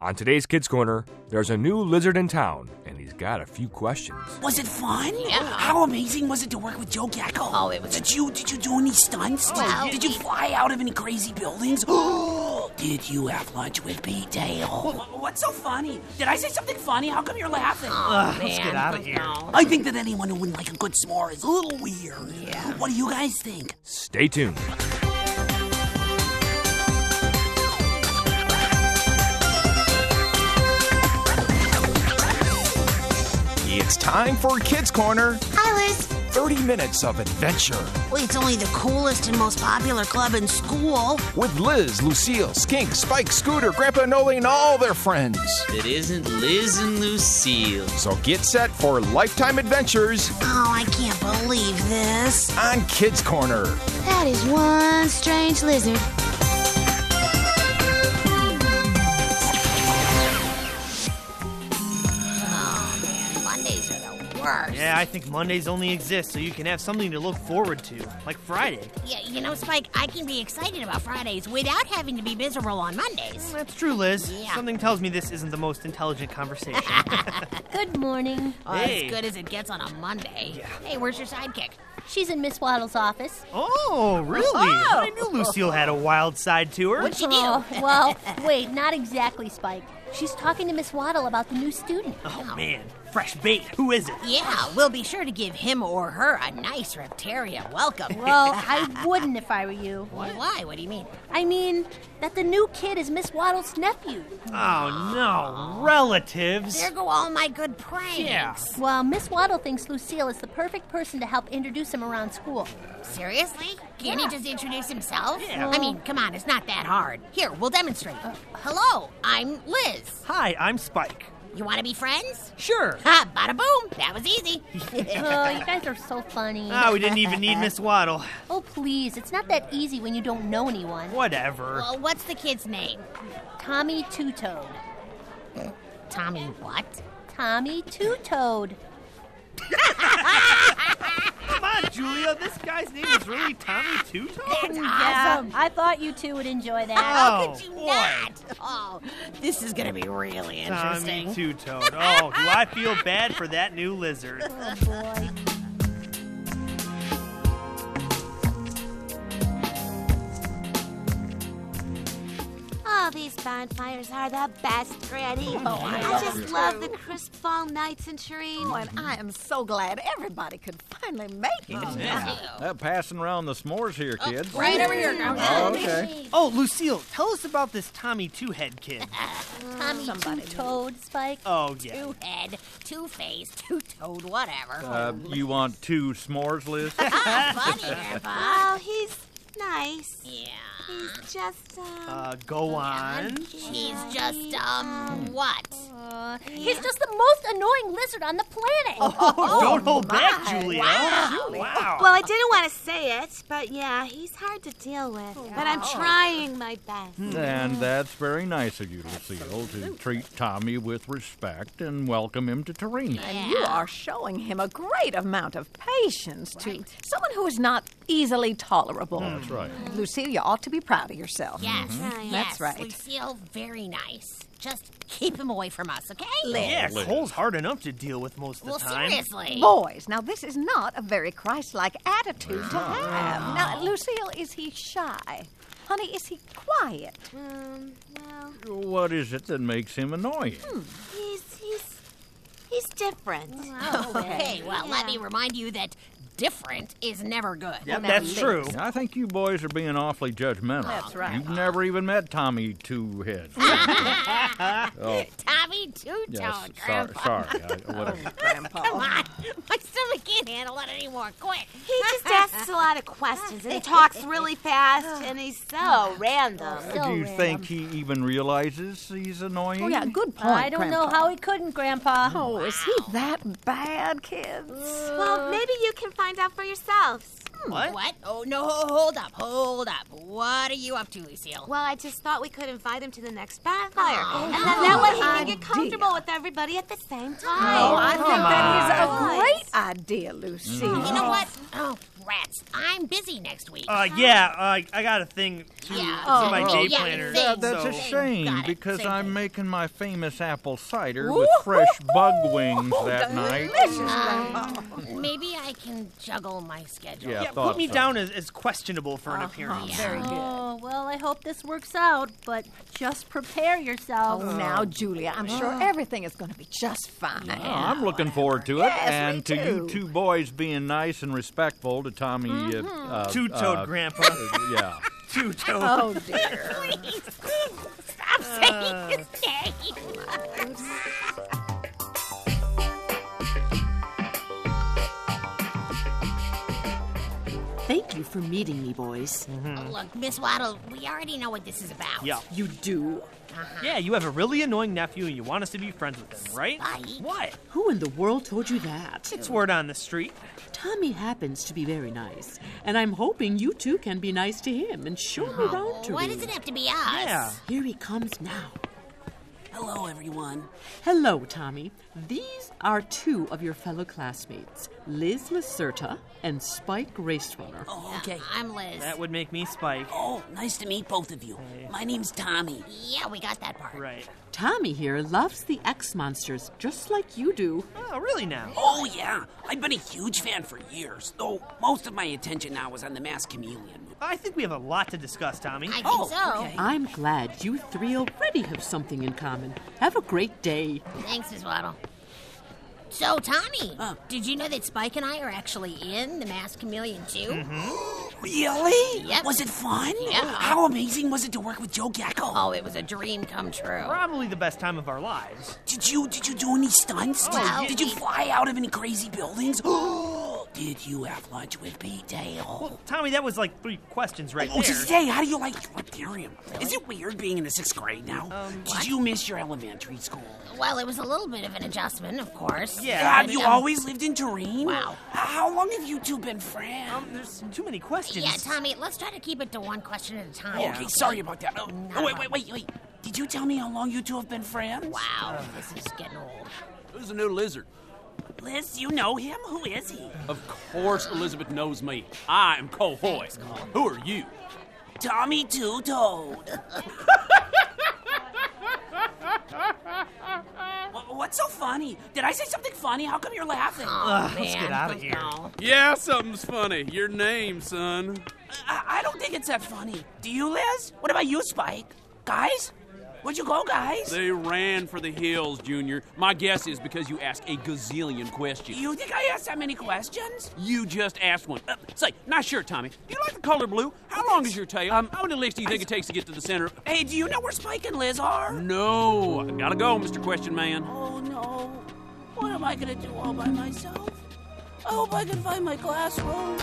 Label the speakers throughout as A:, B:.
A: On today's Kids Corner, there's a new lizard in town, and he's got a few questions.
B: Was it fun?
C: Yeah.
B: How amazing was it to work with Joe Gecko?
C: Oh, it was-
B: Did you did you do any stunts? Did-
C: Well,
B: did you fly out of any crazy buildings? did you have lunch with Pete Dale? what's so funny? Did I say something funny? How come you're laughing?
C: Ugh,
D: let's get outta here.
B: I think that anyone who wouldn't like a good s'more is a little weird. Yeah. What do you guys think?
A: Stay tuned.
E: It's time for Kids Corner
F: Hi, Liz.
E: 30 minutes of adventure
F: Well, it's only the coolest and most popular club in
C: Oh,
F: school.
E: with Liz, Lucille, Skink, Spike, Scooter, Grandpa Noli, and all their friends.
D: It isn't Liz and Lucille.
E: So get set for lifetime adventures
F: Oh, I can't believe this.
E: on Kids Corner.
F: That is one strange lizard.
C: Oh, Mondays are the worst.
D: Yeah, I think Mondays only exist so you can have something to look forward to, like Friday.
C: Yeah, you know, Spike, I can be excited about Fridays without having to be miserable on Mondays.
D: That's true, Liz.
C: Yeah.
D: Something tells me this isn't the most intelligent conversation.
G: Good morning.
C: Oh,
D: Hey.
C: As good as it gets on a Monday.
D: Yeah.
C: Hey, where's your sidekick?
G: She's in Miss Waddle's office.
D: oh, really?
C: Oh.
D: I knew Lucille had a wild side to her.
C: What'd she do?
G: Oh, well, wait, not exactly, Spike. She's talking to Miss Waddle about the new student.
D: Oh, man. Fresh bait. Who is it?
C: Yeah, we'll be sure to give him or her a nice Reptaria welcome.
G: Well, I wouldn't if I were you.
C: Why? What do you mean?
G: I mean, that the new kid is Miss Waddle's nephew.
D: Oh, no. Relatives.
C: There go all my good pranks.
D: Yeah.
G: Well, Miss Waddle thinks Lucille is the perfect person to help introduce him around school.
C: Seriously? Can he just introduce himself?
D: Yeah. Uh.
C: I mean, come on, it's not that hard. Here, we'll demonstrate. Hello, I'm Liz.
D: Hi, I'm Spike.
C: You want to be friends?
D: Sure.
C: Ha, bada boom. That was easy.
G: Oh, you guys are so funny.
D: Ah, we didn't even need Miss Waddle.
G: Oh, please, it's not that easy when you don't know anyone.
D: Whatever.
C: well, what's the kid's name?
G: Tommy Two Toed.
C: Tommy what?
G: Tommy Two Toed.
D: Come on, Julia. This guy's name is really Tommy Two Toes?
G: Yeah, I thought you two would enjoy that.
C: How
D: Oh,
C: could you
D: boy.
C: not? Oh, this is going to be really
D: Tommy
C: interesting.
D: Two Toed. Oh, do I feel bad for that new lizard?
F: Oh, these bonfires are the best, Granny. I just love the crisp fall nights in Shireen.
H: and I am so glad everybody could finally make it.
I: Uh, passing around the s'mores here, kids.
C: Right over here, girl.
I: Oh, okay.
D: Oh, Lucille, tell us about this Tommy Two Head kid.
G: Tommy Two Toed, Spike.
D: Oh, yeah.
C: Two head, two face, two toed, whatever.
I: Uh, you want two s'mores, Liz?
C: Funny, Grandpa.
F: Oh, he's nice.
C: Yeah.
F: He's just, uh,
D: Uh, go on.
C: He's just,
D: Hmm.
C: um, what?
D: Mm-hmm.
G: Uh, He's just the most annoying lizard on the planet.
H: Oh,
C: Oh,
D: Don't hold back, Julia. Wow.
F: well, I didn't want to say it, but yeah, he's hard to deal with. But I'm trying my best.
I: and that's very nice of you, Lucille, to treat Tommy with respect and welcome him to Torino.
H: And you are showing him a great amount of patience to someone who is not easily tolerable.
I: That's right.
H: Lucille, you ought to be proud of yourself.
F: Right.
C: Yes. yes.
H: Mm-hmm. That's right.
C: Lucille, very nice. Just keep him away from us, okay?
D: Yeah, Cole's hard enough to deal with most of the
C: Well,
D: time.
C: seriously.
H: Boys, now this is not a very Christ-like attitude to have. Now, Lucille, is he shy? Honey, is he quiet?
F: Um, well,
I: What is it that makes him annoying?
F: he's, he's, he's different.
C: Okay, well, let me remind you that different is never good.
D: Yep, that's true.
I: I think you boys are being awfully judgmental.
H: That's right.
I: You've never even met Tommy Two Head. oh,
C: Tommy Two Tone,
I: yes. Sorry,
C: Grandpa.
I: sorry. I, whatever.
C: Come on. My stomach can't handle it anymore. Quick.
F: He just asks a lot of questions and he talks really fast and he's so random.
G: So
I: Do you
G: random.
I: think he even realizes he's annoying?
H: Oh, yeah, good point,
G: Mm-hmm. I don't know how he couldn't, Grandpa.
H: Oh, is he that bad, kids?
F: Well, maybe you can find out for yourselves.
D: What?
C: What? Oh, no, hold up, hold up. What are you up to, Lucille?
F: Well, I just thought we could invite him to the next bonfire. and then that way he
H: I
F: can Oh, get comfortable with everybody at the same
H: Oh,
F: time.
H: I think that is a great idea, Lucille.
C: You know what? Oh, rats. I'm busy next week.
D: Uh, yeah, uh, I got a thing to,
C: Yeah,
D: to my
C: oh,
D: day
C: yeah,
D: planner.
C: same.
D: so-
I: That's a shame
C: Got it.
I: because
C: Same
I: I'm
C: thing.
I: making my famous apple cider with fresh bug wings that night.
H: Delicious. grandma.
C: Maybe I can juggle my schedule.
I: Yeah, I
D: yeah,
I: thought
D: put me
I: so.
D: down as, as questionable for
C: Uh-huh.
D: an appearance.
H: Very good.
G: Oh, well, I hope this works out, but just prepare yourself.
H: Oh, now, Julia, I'm sure everything is going to be just fine.
I: Oh, I'm looking forward to it,
H: Yes,
I: and
H: me
I: to you
H: too.
I: two boys being nice and respectful to Tommy. Uh, uh,
D: Two-toed
I: uh,
D: grandpa.
I: yeah.
D: Two-toed.
H: Oh, dear.
C: Stop saying his name.
J: Thank you for meeting me, boys.
C: Look, Miss Waddle, we already know what this is about.
D: Yeah.
J: You do.
D: Yeah, you have a really annoying nephew and you want us to be friends with him, right?
C: Spike.
D: What?
J: Who in the world told you that?
D: It's word on the street.
J: Tommy happens to be very nice, and I'm hoping you two can be nice to him and show him
H: Uh-huh.
J: around to
C: Why
J: me.
C: does it have to be us?
D: Yeah.
J: Here he comes now.
B: Hello, everyone.
J: Hello, Tommy. These are two of your fellow classmates, Liz Lacerta and Spike Racerunner.
B: Oh, okay.
C: I'm Liz.
D: That would make me Spike.
B: Oh, nice to meet both of you. My name's Tommy.
C: yeah, we got that part.
D: Right.
J: Tommy here loves the X Monsters just like you do.
D: Oh, really now?
B: Oh, yeah. I've been a huge fan for years, though most of my attention now is on the Masked Chameleon movie.
D: I think we have a lot to discuss, Tommy.
C: I think
B: Oh,
C: so.
B: okay.
J: I'm glad you three already have something in common. Have a great day.
C: Thanks, Miss Waddle. So, Tommy,
B: Huh.
C: did you know that Spike and I are actually in The Masked Chameleon too?
D: Mm-hmm.
B: Really?
C: Yep.
B: Was it fun?
C: Yeah.
B: How amazing was it to work with Joe Gecko?
C: Oh, it was a dream come true.
D: Probably the best time of our lives.
B: Did you did you do any stunts?
C: Oh,
B: did,
C: yeah.
B: you fly out of any crazy buildings? did you have lunch with Pete Dale?
D: Well, Tommy, that was like three questions right
B: Oh,
D: there.
B: today, how do you like Thripterium? Is it weird being in the sixth grade now?
D: Um,
B: did you miss your elementary school?
C: Well, it was a little bit of an adjustment, of course.
D: Yeah,
B: Have
D: I
B: you
D: mean, um,
B: always lived in Turin?
C: Wow.
B: How long have you two been friends?
D: Um, there's too many questions.
C: Yeah, Tommy, let's try to keep it to one question at a time.
B: okay, sorry about that. Oh,
C: Not
B: oh,
C: a
B: wait, wait,
C: problem.
B: wait, wait. Did you tell me how long you two have been friends?
D: Uh,
C: Wow, this is getting old.
K: Who's the new lizard?
B: Liz, you know him? Who is he?
K: Of course Elizabeth knows me. I am Cole Hoy.
C: Thanks, Cole.
K: Who are you?
B: Tommy Two Toad. What's so funny? Did I say something funny? How come you're laughing? I,
C: Oh,
D: let's
C: man,
D: get outta
C: please
D: here.
C: no.
K: Yeah, something's funny. Your name, son.
B: I don't think it's that funny. Do you, Liz? What about you, Spike? Guys? Where'd you go, guys?
K: They ran for the hills, Junior. My guess is because you asked a gazillion questions.
B: you think I asked that many questions?
K: You just asked one. Uh, say, nice shirt, Tommy. Do you like the color blue? How long is your tail? Um, how many licks do you think it takes to get to the center?
B: Hey, do you know where Spike and Liz are?
K: No, I gotta go, Mr. Question Man.
B: Oh, no. What am I gonna do all by myself? I hope I can find my classroom.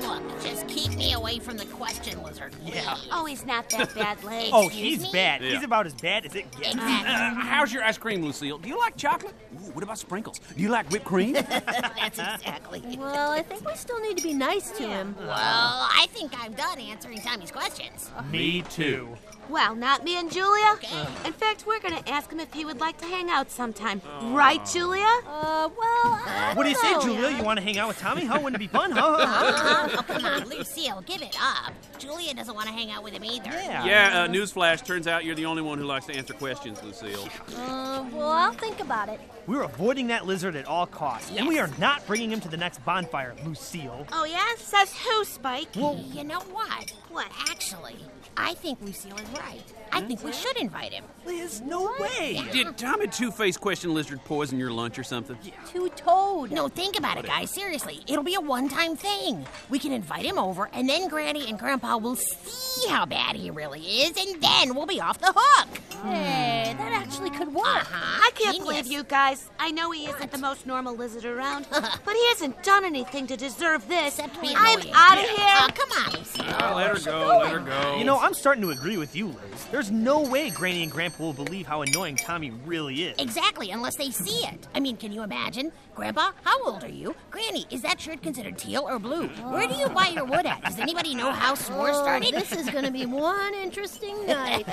C: Look, just keep me away from the question lizard. Yeah.
F: Oh, he's not that bad, Liz.
D: Oh,
C: Excuse
D: he's
C: me?
D: bad.
K: Yeah.
D: He's about as bad as it gets.
K: Uh,
C: Exactly.
K: how's your ice cream, Lucille? Do you like chocolate? Ooh, what about sprinkles? Do you like whipped cream?
C: That's exactly
D: Uh.
C: it. Well,
G: Well, I think we still need to be nice to him.
C: I think I'm done answering Tommy's questions.
D: Me too.
F: Well, not me and Julia.
J: Uh.
F: In fact, we're going to ask him if he would like to hang out sometime. Right, Julia?
G: Uh, well,
H: Oh.
G: I
D: What do you
G: don't
D: say,
C: Oh,
G: know.
D: Julia? You want to hang out with Tommy? How wouldn't it be fun, huh?
C: Uh, oh, come on, Lucille, give it up. Julia doesn't want to hang out with him either.
K: yeah, uh, newsflash. Turns out you're the only one who likes to answer questions, Lucille.
G: Uh, well, I'll think about it.
D: We're avoiding that lizard at all costs, and we are not bringing him to the next bonfire, Lucille.
F: Oh, yeah? Says who, Spike?
C: You know what? Well, actually, I think Lucille is right. I think we should invite him.
D: Liz, no way.
K: Did Tommy Two Face Question Lizard poison your lunch or something?
G: Two toed.
C: No, think about it, guys. Seriously, it'll be a one-time thing. We can invite him over, and then Granny and Grandpa will see how bad he really is, and then we'll be off the hook.
G: Hey, that actually could work.
F: Hmm. I can't believe you guys. I know he isn't the most normal lizard around, but he hasn't done anything to deserve this.
C: be
F: I'm
C: annoying.
F: out of
C: Yeah. Ah,
F: here.
C: Aw, come on.
D: Oh, let her go, let her go. You know, I'm starting to agree with you, Liz. There's no way Granny and Grandpa will believe how annoying Tommy really is.
C: Exactly, unless they see it. I mean, can you imagine? Grandpa, how old are you? Granny, is that shirt considered teal or blue? Where do you buy your wood at? Does anybody know how s'mores
G: Oh,
C: started?
G: this is gonna be one interesting night.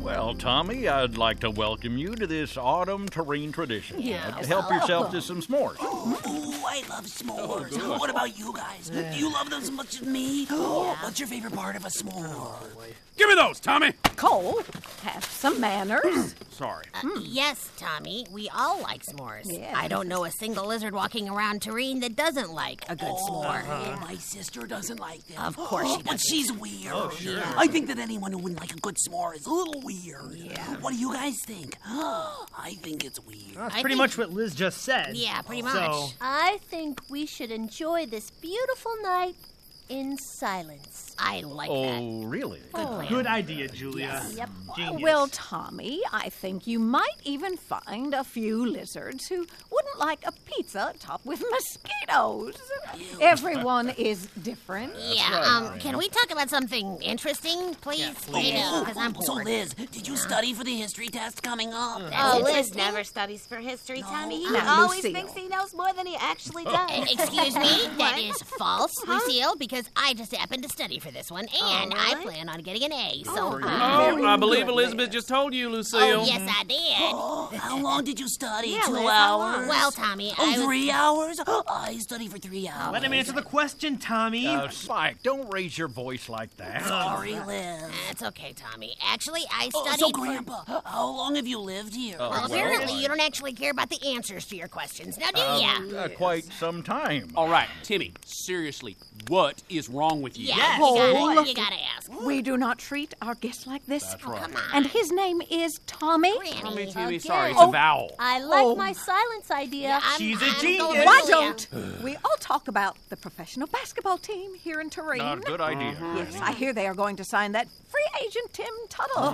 I: Well, Tommy, I'd like to welcome you to this autumn terrain tradition.
B: Yeah,
I: Uh, help
B: well.
I: yourself to some s'mores.
B: Ooh, I love s'mores.
I: good.
B: what about you guys? Do you love them as much as me? What's your favorite part of a s'more?
K: Give me those, Tommy.
H: Cole, have some manners.
K: Sorry.
C: Uh, Yes, Tommy, we all like s'mores.
H: Yeah.
C: I don't know a single lizard walking around Tureen that doesn't like a good s'more.
B: My sister doesn't like them.
C: Of course she
B: But
C: doesn't.
B: she's weird.
C: Oh, sure.
B: I think that anyone who wouldn't like a good s'more is a little weird. Yeah. What do you guys think? I think it's weird.
D: That's pretty much what Liz just said. So,
G: I think we should enjoy this beautiful night in silence.
C: I like
I: oh, really?
D: good idea, Julia.
G: Yep.
D: Genius.
H: Well, Tommy, I think you might even find a few lizards who wouldn't like a pizza topped with mosquitoes. Everyone is different.
C: Yeah, um, can we talk about something interesting, please? Maybe, because I'm
B: so
C: bored.
B: Liz, did you study for the history test coming up?
C: Uh-huh.
F: Oh, Liz never studies for history, Tommy. He
H: Not
F: always
H: Lucille.
F: thinks he knows more than he actually
C: Uh,
F: does.
C: Excuse me, that
F: What?
C: is false,
F: Huh?
C: Lucille, because I just happened to study for this one, and I plan on getting an A, so...
K: Oh, I believe Elizabeth just told you, Lucille.
C: Oh, yes, I did.
B: How long did you study?
C: Yeah,
B: Two
C: Liz, how long?
B: hours?
C: Well, Tommy,
B: Oh,
C: I was-
B: three hours? I studied for three hours.
D: Let him answer the question, Tommy.
I: Uh, Spike, don't raise your voice like that.
B: Sorry, Liz.
C: That's okay, Tommy. Actually, I
B: Oh,
C: studied
B: so,
C: for-
B: Grandpa, how long have you lived here?
I: Oh, well,
C: Apparently,
I: fine.
C: you don't actually care about the answers to your questions, now do
I: Um,
C: ya?
I: uh, quite some time.
K: All right, Timmy, seriously, what is wrong with you?
C: Yeah,
D: yes.
C: you,
H: Cole.
C: gotta, you gotta ask.
H: We do not treat our guests like this.
I: That's right.
H: And his name is Tommy.
K: Tommy,
C: Granny.
K: Timmy,
G: Again.
K: sorry, it's a
G: Oh.
K: vowel.
G: I like
H: Oh.
G: my silence idea.
C: I'm-
D: She's a
C: I'm going
D: genius.
C: with
H: Why
C: Julia.
H: don't we all talk about the professional basketball team here in Terrain?
I: Not a good idea.
H: Yes, I hear they are going to sign that free agent Tim Tuttle.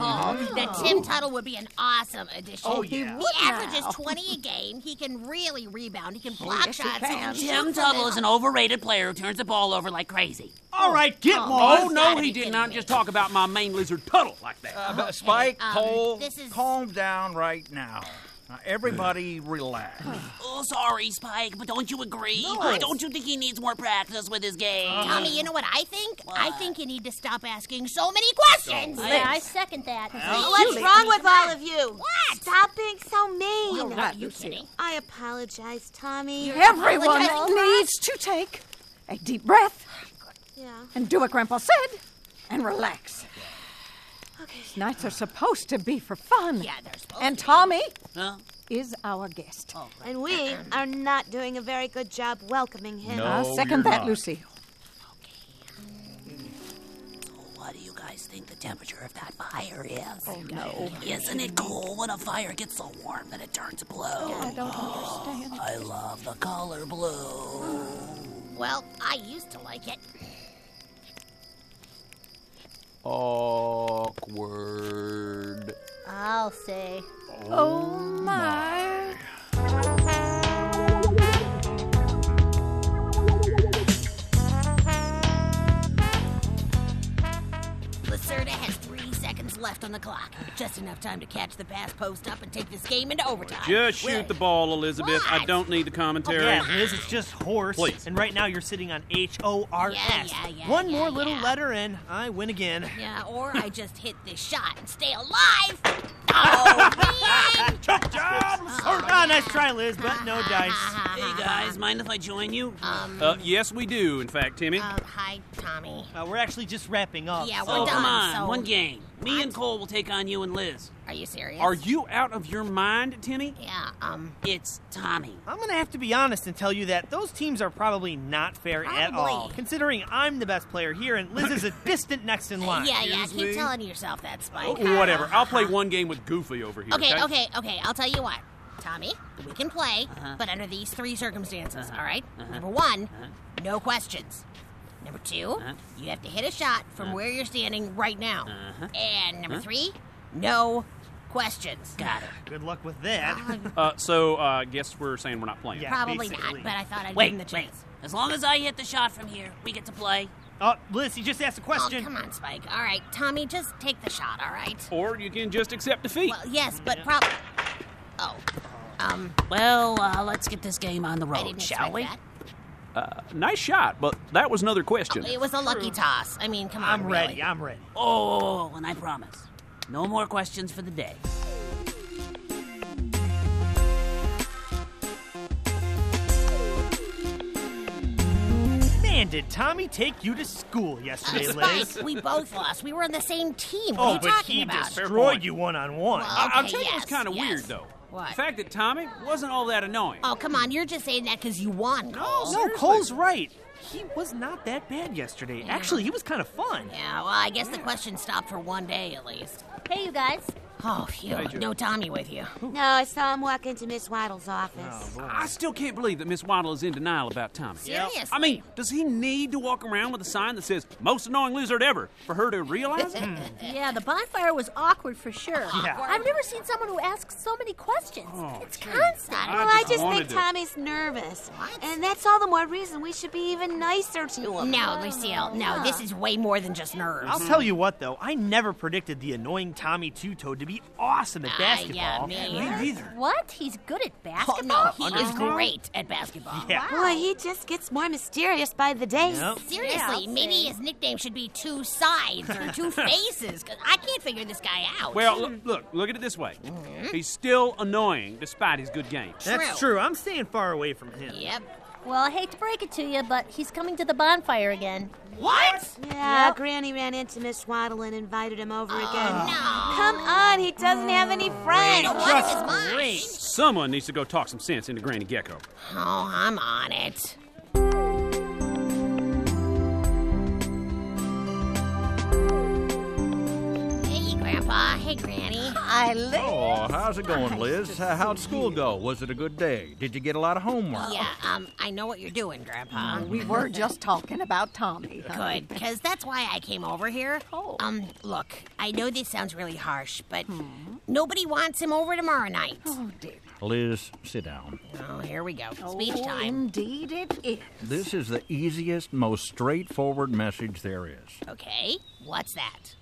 C: That Tim Tuttle would be an awesome addition.
D: Oh, He yeah.
C: He,
D: would
C: averages
H: now.
C: 20 a game. He can really rebound. He can block
H: yes, he
C: shots.
H: can.
C: can
B: Jim
C: shoot from
B: Tuttle is
C: the-
B: an overrated player who turns the ball over like crazy.
D: All right, get
K: Oh,
D: lost.
K: no,
C: gotta
K: he
C: be
K: did
C: kidding
K: not
C: me.
K: just talk about my main lizard Tuttle like that.
I: Uh, but Spike,
C: um,
I: Cole,
C: this is-
I: calm down right now. Now, everybody relax.
B: Oh, sorry, Spike, but don't you agree? Don't you think he needs more practice with his game?
C: Tommy, you know what I think? I think you need to stop asking so many questions.
B: Oh,
G: Yeah, I second that.
F: What's wrong with all of you?
C: What?
F: Stop being so mean.
C: You're right, you kidding.
F: I apologize, Tommy.
H: Everyone
C: Apologize.
H: needs to take a deep breath
F: Yeah.
H: and do what Grandpa said and relax. These nights are supposed to be for fun.
C: Yeah, they're supposed
H: And Tommy
B: Huh?
H: is our guest.
B: Oh,
F: And we
C: Uh-uh.
F: are not doing a very good job welcoming him.
I: No.
H: I'll
I: you're
H: second that,
I: not.
H: Lucille.
B: What do you guys think the temperature of that fire is? Oh, no. Isn't it cool when a fire gets so warm that it turns blue? I don't understand. I love the color blue.
C: Well, I used to like it.
A: Awkward.
G: I'll say.
K: Oh
C: Lacerda has three seconds left on the clock. Just enough time to catch the pass post up and take this game into overtime.
K: Just shoot the ball, Elizabeth. I
C: What?
K: don't need the commentary.
D: Yeah, Liz, it's just horse.
K: Please.
D: And right now you're sitting on H O R S.
C: Yeah, yeah, yeah,
D: One
C: yeah,
D: more little
C: yeah.
D: letter and I win again.
C: Yeah, or I just hit this shot and stay alive. Oh, man.
D: Good job, Lacerda. Ah, nice try, Liz, but
C: Ah.
D: no dice.
B: Hey, guys, mind if I join you?
K: Uh, yes, we do, in fact, Timmy.
C: Uh, hi, Tommy.
D: Uh, we're actually just wrapping up.
C: Yeah,
D: so-
C: we're
B: oh,
C: done.
B: come on.
C: so-
B: One game. Me and Cole will take on you and Liz.
C: Are you serious?
K: Are you out of your mind, Timmy?
C: Yeah, um,
B: It's Tommy.
D: I'm gonna have to be honest and tell you that those teams are probably not fair at all,
C: Probably.
D: considering I'm the best player here and Liz is a distant next in line.
C: yeah, yeah,
K: Excuse
C: keep
K: me? Oh,
C: telling yourself that, Spike.
K: Whatever. I'll play one game with Goofy over here.
C: Okay, okay, okay, I'll tell you what. Tommy, we can play, but under these three circumstances, all right? Number one, no questions. Number 2 you have to hit a shot from where you're standing right now. And number
J: Huh?
C: three, no questions. Got it.
J: Good luck with that.
K: Uh, so, uh, guess we're saying we're not playing.
C: Probably not, but I thought I'd
K: Wait,
C: give him the chance.
B: As long as I hit the shot from here, we get to play.
D: Uh, Liz, he just asked a question.
C: Oh, come on, Spike. All right, Tommy, just take the shot, all right?
K: Or you can just accept defeat.
C: Well, yes, but probably. Oh. Um.
B: Well, uh, let's get this game on the road, Oh, shall we?
K: Uh, nice shot, but that was another question.
C: It was a lucky toss. I mean, come on.
B: I'm ready,
C: really.
D: I'm ready.
B: Oh, and I promise, no more questions for the day.
D: Man, did Tommy take you to school yesterday,
C: Spike,
D: Liz?
C: we both lost. We were on the same team. What
D: oh,
C: are you
D: but
C: talking
D: he
C: about?
D: destroyed you one on one.
C: Well,
K: I'll
C: okay,
K: tell you what's
C: yes,
K: kind of
C: yes.
K: weird, though.
C: What?
K: The fact that Tommy wasn't all that annoying.
C: Oh, come on. You're just saying that because you won. Cole.
D: no, Cole's right. He was not that bad yesterday.
C: Yeah.
D: Actually, he was kind of fun.
C: Yeah, well, I guess the question stopped for one day at least.
F: Hey, you guys.
C: Oh, phew.
K: Hey, Joe.
C: No Tommy with you.
F: No, I saw him walk into Miss Waddle's
C: Oh,
F: office.
K: I still can't believe that Miss Waddle is in denial about Tommy.
F: Seriously?
K: I mean, does he need to walk around with a sign that says "Most Annoying Lizard Ever" for her to realize? it?
G: yeah, the bonfire was awkward for sure.
K: Yeah.
G: I've never seen someone who asks so many questions.
H: Oh,
G: it's
F: Constant.
G: constant.
F: well, I just think Tommy's nervous. And that's all the more reason we should be even nicer to him.
C: No, Lucille. No, this is way more than just nerves.
D: I'll tell you what, though, I never predicted the annoying Tommy Two Toad to be awesome
C: Ah,
D: at basketball. neither.
G: What? He's good
H: Oh,
G: at
C: no,
G: basketball?
C: he is great at basketball.
D: Yeah.
F: Boy, he just gets more mysterious by the day.
C: Seriously, maybe his nickname should be Two Sides or Two Faces, 'cause I can't figure this guy out.
K: Well, look, look, look at it this way. He's still annoying despite his good game.
D: That's true. I'm staying far away from him.
C: Yep.
G: Well, I hate to break it to you, but he's coming to the bonfire again.
D: What?
F: Yeah,
G: Yep.
F: Granny ran into Miss Waddle and invited him over again.
C: Oh, no.
F: Come on, he doesn't have any friends.
K: Someone needs to go talk some sense into Granny Gecko.
C: Oh, I'm on it. Hey, Grandpa. Hey, Granny.
H: Hi, Liz.
I: Oh, how's it going, Liz? How- How'd school go? Was it a good day? Did you get a lot of homework?
C: Yeah, um, I know what you're doing, Grandpa.
H: We were just talking about Tommy.
C: Good, because that's why I came over here.
H: Oh.
C: Um, look, I know this sounds really harsh, but
H: Hmm.
C: nobody wants him over tomorrow night. Oh, dear.
I: Liz, sit down.
C: Oh, here we go. Speech
H: Oh,
C: time.
H: Indeed, it is.
I: This is the easiest, most straightforward message there is.
C: Okay, what's that?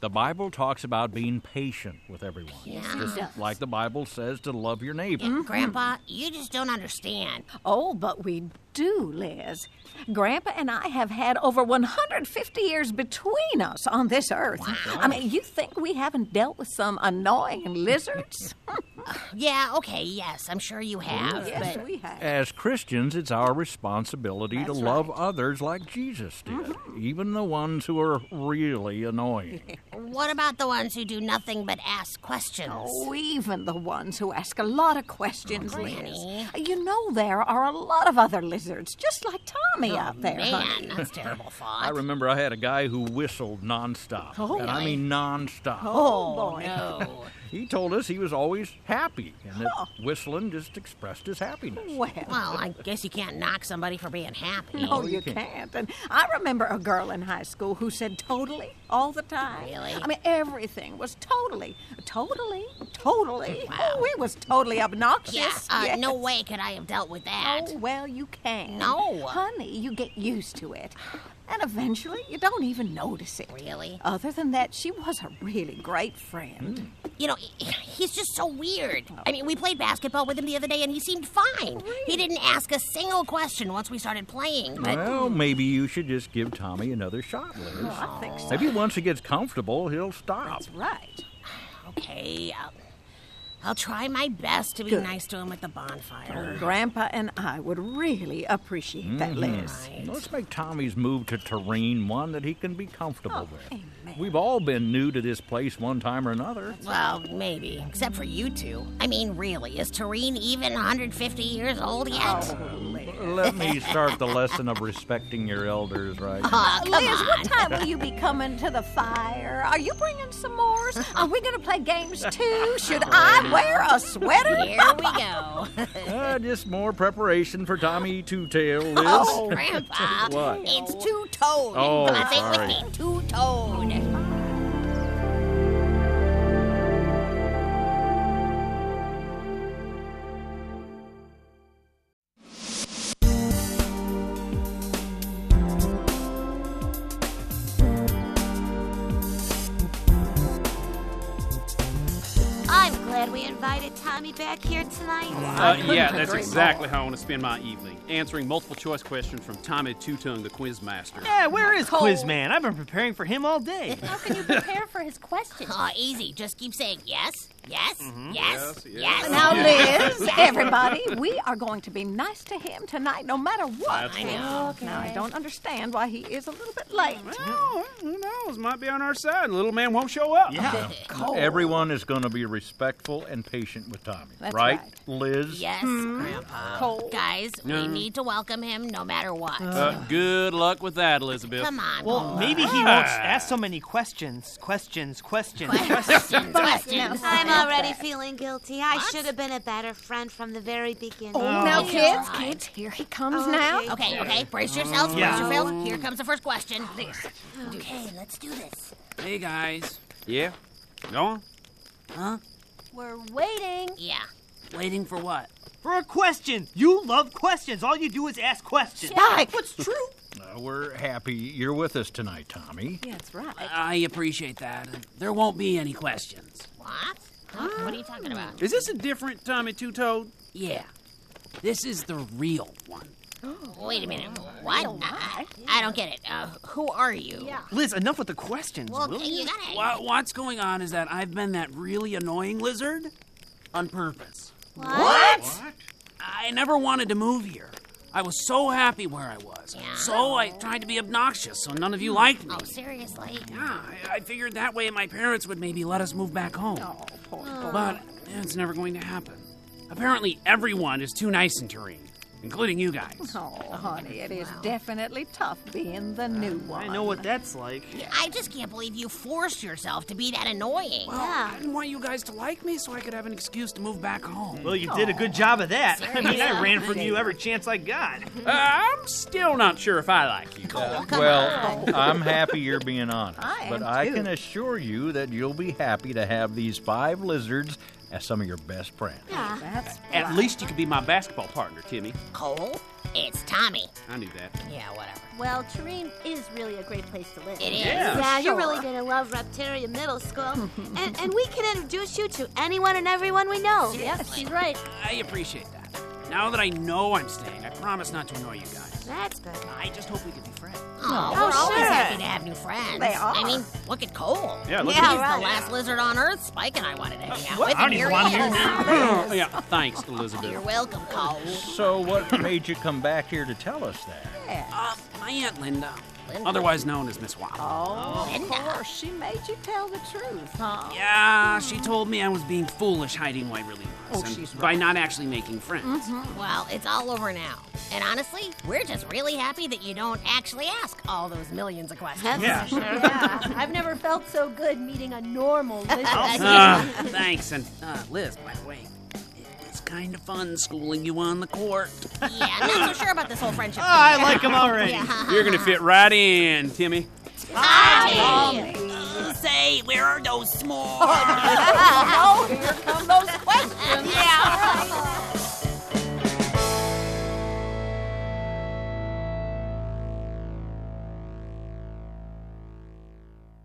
I: The Bible talks about being patient with everyone.
C: Yes, it
I: just
C: does.
I: like the Bible says to love your neighbor.
H: Mm-hmm.
C: Grandpa, you just don't understand.
H: Oh, but we do, Liz. Grandpa and I have had over 150 years between us on this earth. I mean, you think we haven't dealt with some annoying lizards?
C: Yeah, okay, yes, I'm sure you have.
H: Oh, yes,
C: but
H: we have.
I: As Christians, it's our responsibility to
H: That's Mm-hmm.
I: love others like Jesus did, even the ones who are really annoying.
C: What about the ones who do nothing but ask questions?
H: Oh, even the ones who ask a lot of questions, Liz.
C: Granny.
H: You know there are a lot of other lizards, just like Tommy out there. honey.
C: Oh, Man, that's terrible thought.
I: I remember I had a guy who whistled nonstop, and I mean nonstop.
H: Oh, boy.
C: No.
I: He told us he was always happy, and that whistling just expressed his happiness.
H: Well,
C: Well, I guess you can't knock somebody for being happy.
H: no, Oh, you can't. And I remember a girl in high school who said totally all the time.
C: Really?
H: I mean, everything was totally, totally, totally. Oh, it was totally obnoxious.
C: Yeah, uh,
H: yes.
C: no way could I have dealt with that.
H: Oh, well, you can.
C: No.
H: Honey, you get used to it. And eventually, you don't even notice it.
C: Really?
H: Other than that, she was a really great friend.
C: You know, he's just so weird. I mean, we played basketball with him the other day and he seemed fine. He didn't ask a single question once we started playing. But
I: Well, maybe you should just give Tommy another shot, Liz.
H: Oh, I think so.
I: Maybe once he gets comfortable, he'll stop.
H: Right.
C: okay, I'll, I'll try my best to be
H: Good.
C: nice to him at the bonfire.
H: Grandpa and I would really appreciate that, Liz.
I: Let's make Tommy's move to Terrain one that he can be
C: Oh,
I: comfortable with.
H: Amen.
I: We've all been new to this place one time or another.
C: Well, maybe, except for you two. I mean, really, is Tareen even 150 years old yet?
H: Liz.
I: Let me start the lesson of respecting your elders right
H: Uh, Liz, what time will you be coming to the fire? Are you bringing some s'mores? Are we going to play games too? Should I wear a sweater?
C: Here we go.
I: Uh, just more preparation for Tommy Two Tail, Liz.
C: Oh, Grandpa.
I: What?
C: It's two toed.
I: Oh,
C: I think
I: sorry.
C: with me, two toed.
F: I'm glad we invited Tommy back here tonight.
C: Oh,
K: Uh, yeah, that's exactly how I want to spend my evening, answering multiple choice questions from Tommy Two Tongue, the quiz master.
D: Yeah, where is Quiz Man? I've been preparing for him all day.
C: Prepare for his question. Oh, easy. Just keep saying yes, yes, Mm-hmm. yes, yes.
H: Now,
C: yes.
H: Liz, everybody, we are going to be nice to him tonight, no matter what.
K: That's I know.
H: Now, I don't understand why he is a little bit late.
K: Well, who knows? Might be on our side. and The little man won't show up.
I: Yeah. Everyone is going to be respectful and patient with Tommy,
C: That's
I: right,
C: right.
I: Liz?
C: Yes, Grandpa. Guys, we
K: Mm.
C: need to welcome him no matter what.
K: Uh, good luck with that, Elizabeth.
C: Come on,
D: Well,
C: Cole.
D: maybe he won't ask so many questions. Questions, questions, questions.
C: questions.
F: I'm already feeling guilty. I should have been a better friend from the very beginning.
H: Oh, now, kids, kids, here he comes now.
C: Okay, okay, brace yourselves,
K: Yeah.
C: brace yourselves. Here comes the first question. Okay, let's do this.
K: Hey, guys. Yeah? Go on.
J: Huh?
G: We're waiting.
C: Yeah.
J: Waiting for what?
D: For a question. You love questions. All you do is ask questions.
H: Mike.
D: What's true?
I: Uh, we're happy you're with us tonight, Tommy.
J: Yeah, that's right. I appreciate that. There won't be any questions.
C: What? Huh? What are you talking about?
K: Is this a different Tommy Two Toed?
J: Yeah. This is the real one.
C: Wait a minute. What? I, I don't get it. Uh, who are you? Yeah.
D: Liz, enough with the questions,
C: Well,
D: will
C: you
D: you?
C: gotta.
J: Wha- what's going on is that I've been that really annoying lizard on purpose.
F: What?
J: I never wanted to move here. I was so happy where I was. So I tried to be obnoxious so none of you liked me.
C: Oh, seriously?
J: Yeah, I, I figured that way my parents would maybe let us move back home.
C: Oh,
J: But it's never going to happen. Apparently, everyone is too nice in Turin, including you guys.
H: Oh, honey, it is definitely tough being the new one.
D: I know what that's like.
C: I just can't believe you forced yourself to be that annoying.
J: I didn't want you guys to like me so I could have an excuse to move back home.
D: Well, you did a good job of that. I mean, I
J: Seriously?
D: ran from you every chance I got.
C: Mm-hmm.
J: Uh,
K: I'm still not sure if I like you.
I: Well, I'm happy you're being honest,
H: I
I: but
H: am
I: I
H: too.
I: can assure you that you'll be happy to have these five lizards as some of your best friends.
H: That's
K: At least you could be my basketball partner, Timmy.
C: Cole, it's Tommy.
K: I knew that.
C: Yeah, whatever.
G: Well, Turin is really a great place to live.
C: It is.
F: Yeah, you're really gonna love Reptaria Middle School, and, and we can introduce you to anyone and everyone we know.
G: Yes, she's right.
J: I appreciate that. Now that I know I'm staying, I promise not to annoy you guys.
F: That's good.
J: I just hope we can be friends.
F: Oh,
C: Oh, we're always
F: sure.
C: happy to have new friends.
H: They are.
C: I mean, look at Cole.
K: Yeah, look
C: He's
K: at
C: the last lizard on Earth Spike and I wanted to hang out
D: What?
C: with.
D: I
C: him.
D: don't even
C: Here
D: want
C: he
D: him
C: is.
K: Oh, yeah. Thanks,
C: You're
K: Elizabeth.
C: welcome, Cole.
I: So, what made you come back here to tell us that?
J: Uh, my Aunt Linda, otherwise known as Miss Watt.
H: Oh, of
C: uh,
H: course, she made you tell the truth, huh?
J: Yeah, she told me I was being foolish hiding who I really was.
H: Oh,
J: and
H: she's
J: By not actually making friends.
C: Well, it's all over now. And honestly, we're just really happy that you don't actually ask all those millions of questions.
G: Yeah. I've never felt so good meeting a normal lizard.
J: Ah, thanks, and uh, Liz, by the way, it's kind of fun schooling you on the court.
C: yeah, I'm not so sure about this whole friendship.
D: Oh, I like him already.
J: Uh-huh.
K: You're going to fit right in, Timmy.
C: Tommy!
K: Say, where are those s'mores?
H: Oh, here